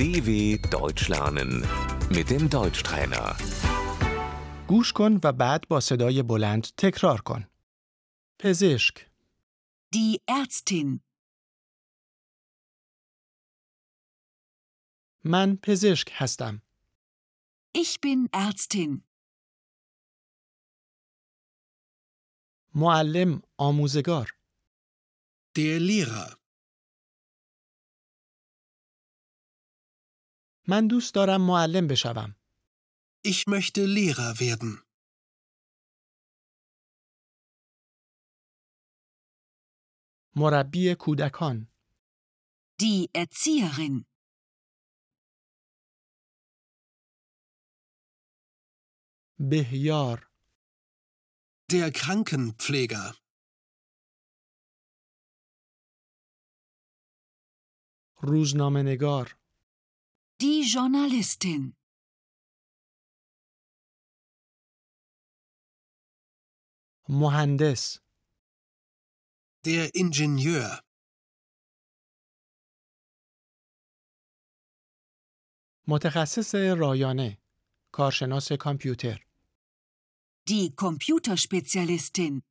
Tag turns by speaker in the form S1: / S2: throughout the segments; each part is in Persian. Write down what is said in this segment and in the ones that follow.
S1: DW Deutsch lernen mit dem Deutschtrainer.
S2: گوش کن و بعد با صدای بلند تکرار کن. پزشک،
S3: Die Ärztin.
S2: من پزشک هستم.
S3: Ich bin Ärztin.
S2: معلم، آموزگار.
S4: Der Lehrer.
S2: من دوست دارم معلم بشوم.
S4: Ich möchte Lehrer werden.
S2: مربی کودکان،
S3: Die Erzieherin.
S2: بهیار،
S4: Der Krankenpfleger.
S2: روزنامه‌نگار،
S3: Die Journalistin.
S2: مهندس،
S4: Der Ingenieur.
S2: متخصص رایانه، کارشناس کامپیوتر،
S3: Die Computerspezialistin.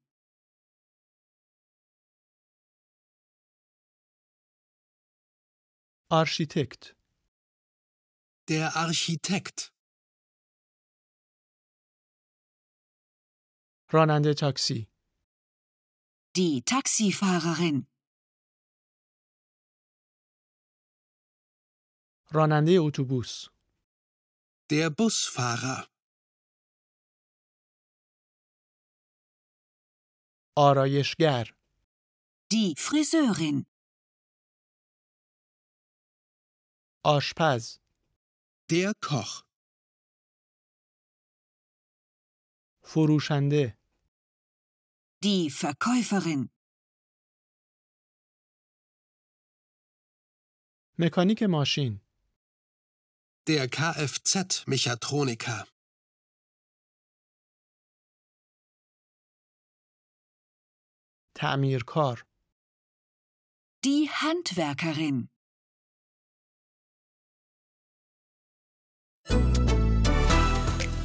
S2: آرشیتکت،
S4: Der Architekt.
S2: راننده تاکسی،
S3: Die Taxifahrerin.
S2: راننده اتوبوس،
S4: Der Busfahrer.
S2: آرایشگر،
S3: Die Friseurin.
S2: آشپز،
S4: Der Koch.
S2: فروشنده،
S3: Die Verkäuferin.
S2: مکانیک ماشین،
S4: Der Kfz-Mechatroniker.
S2: تعمیرکار،
S3: Die Handwerkerin.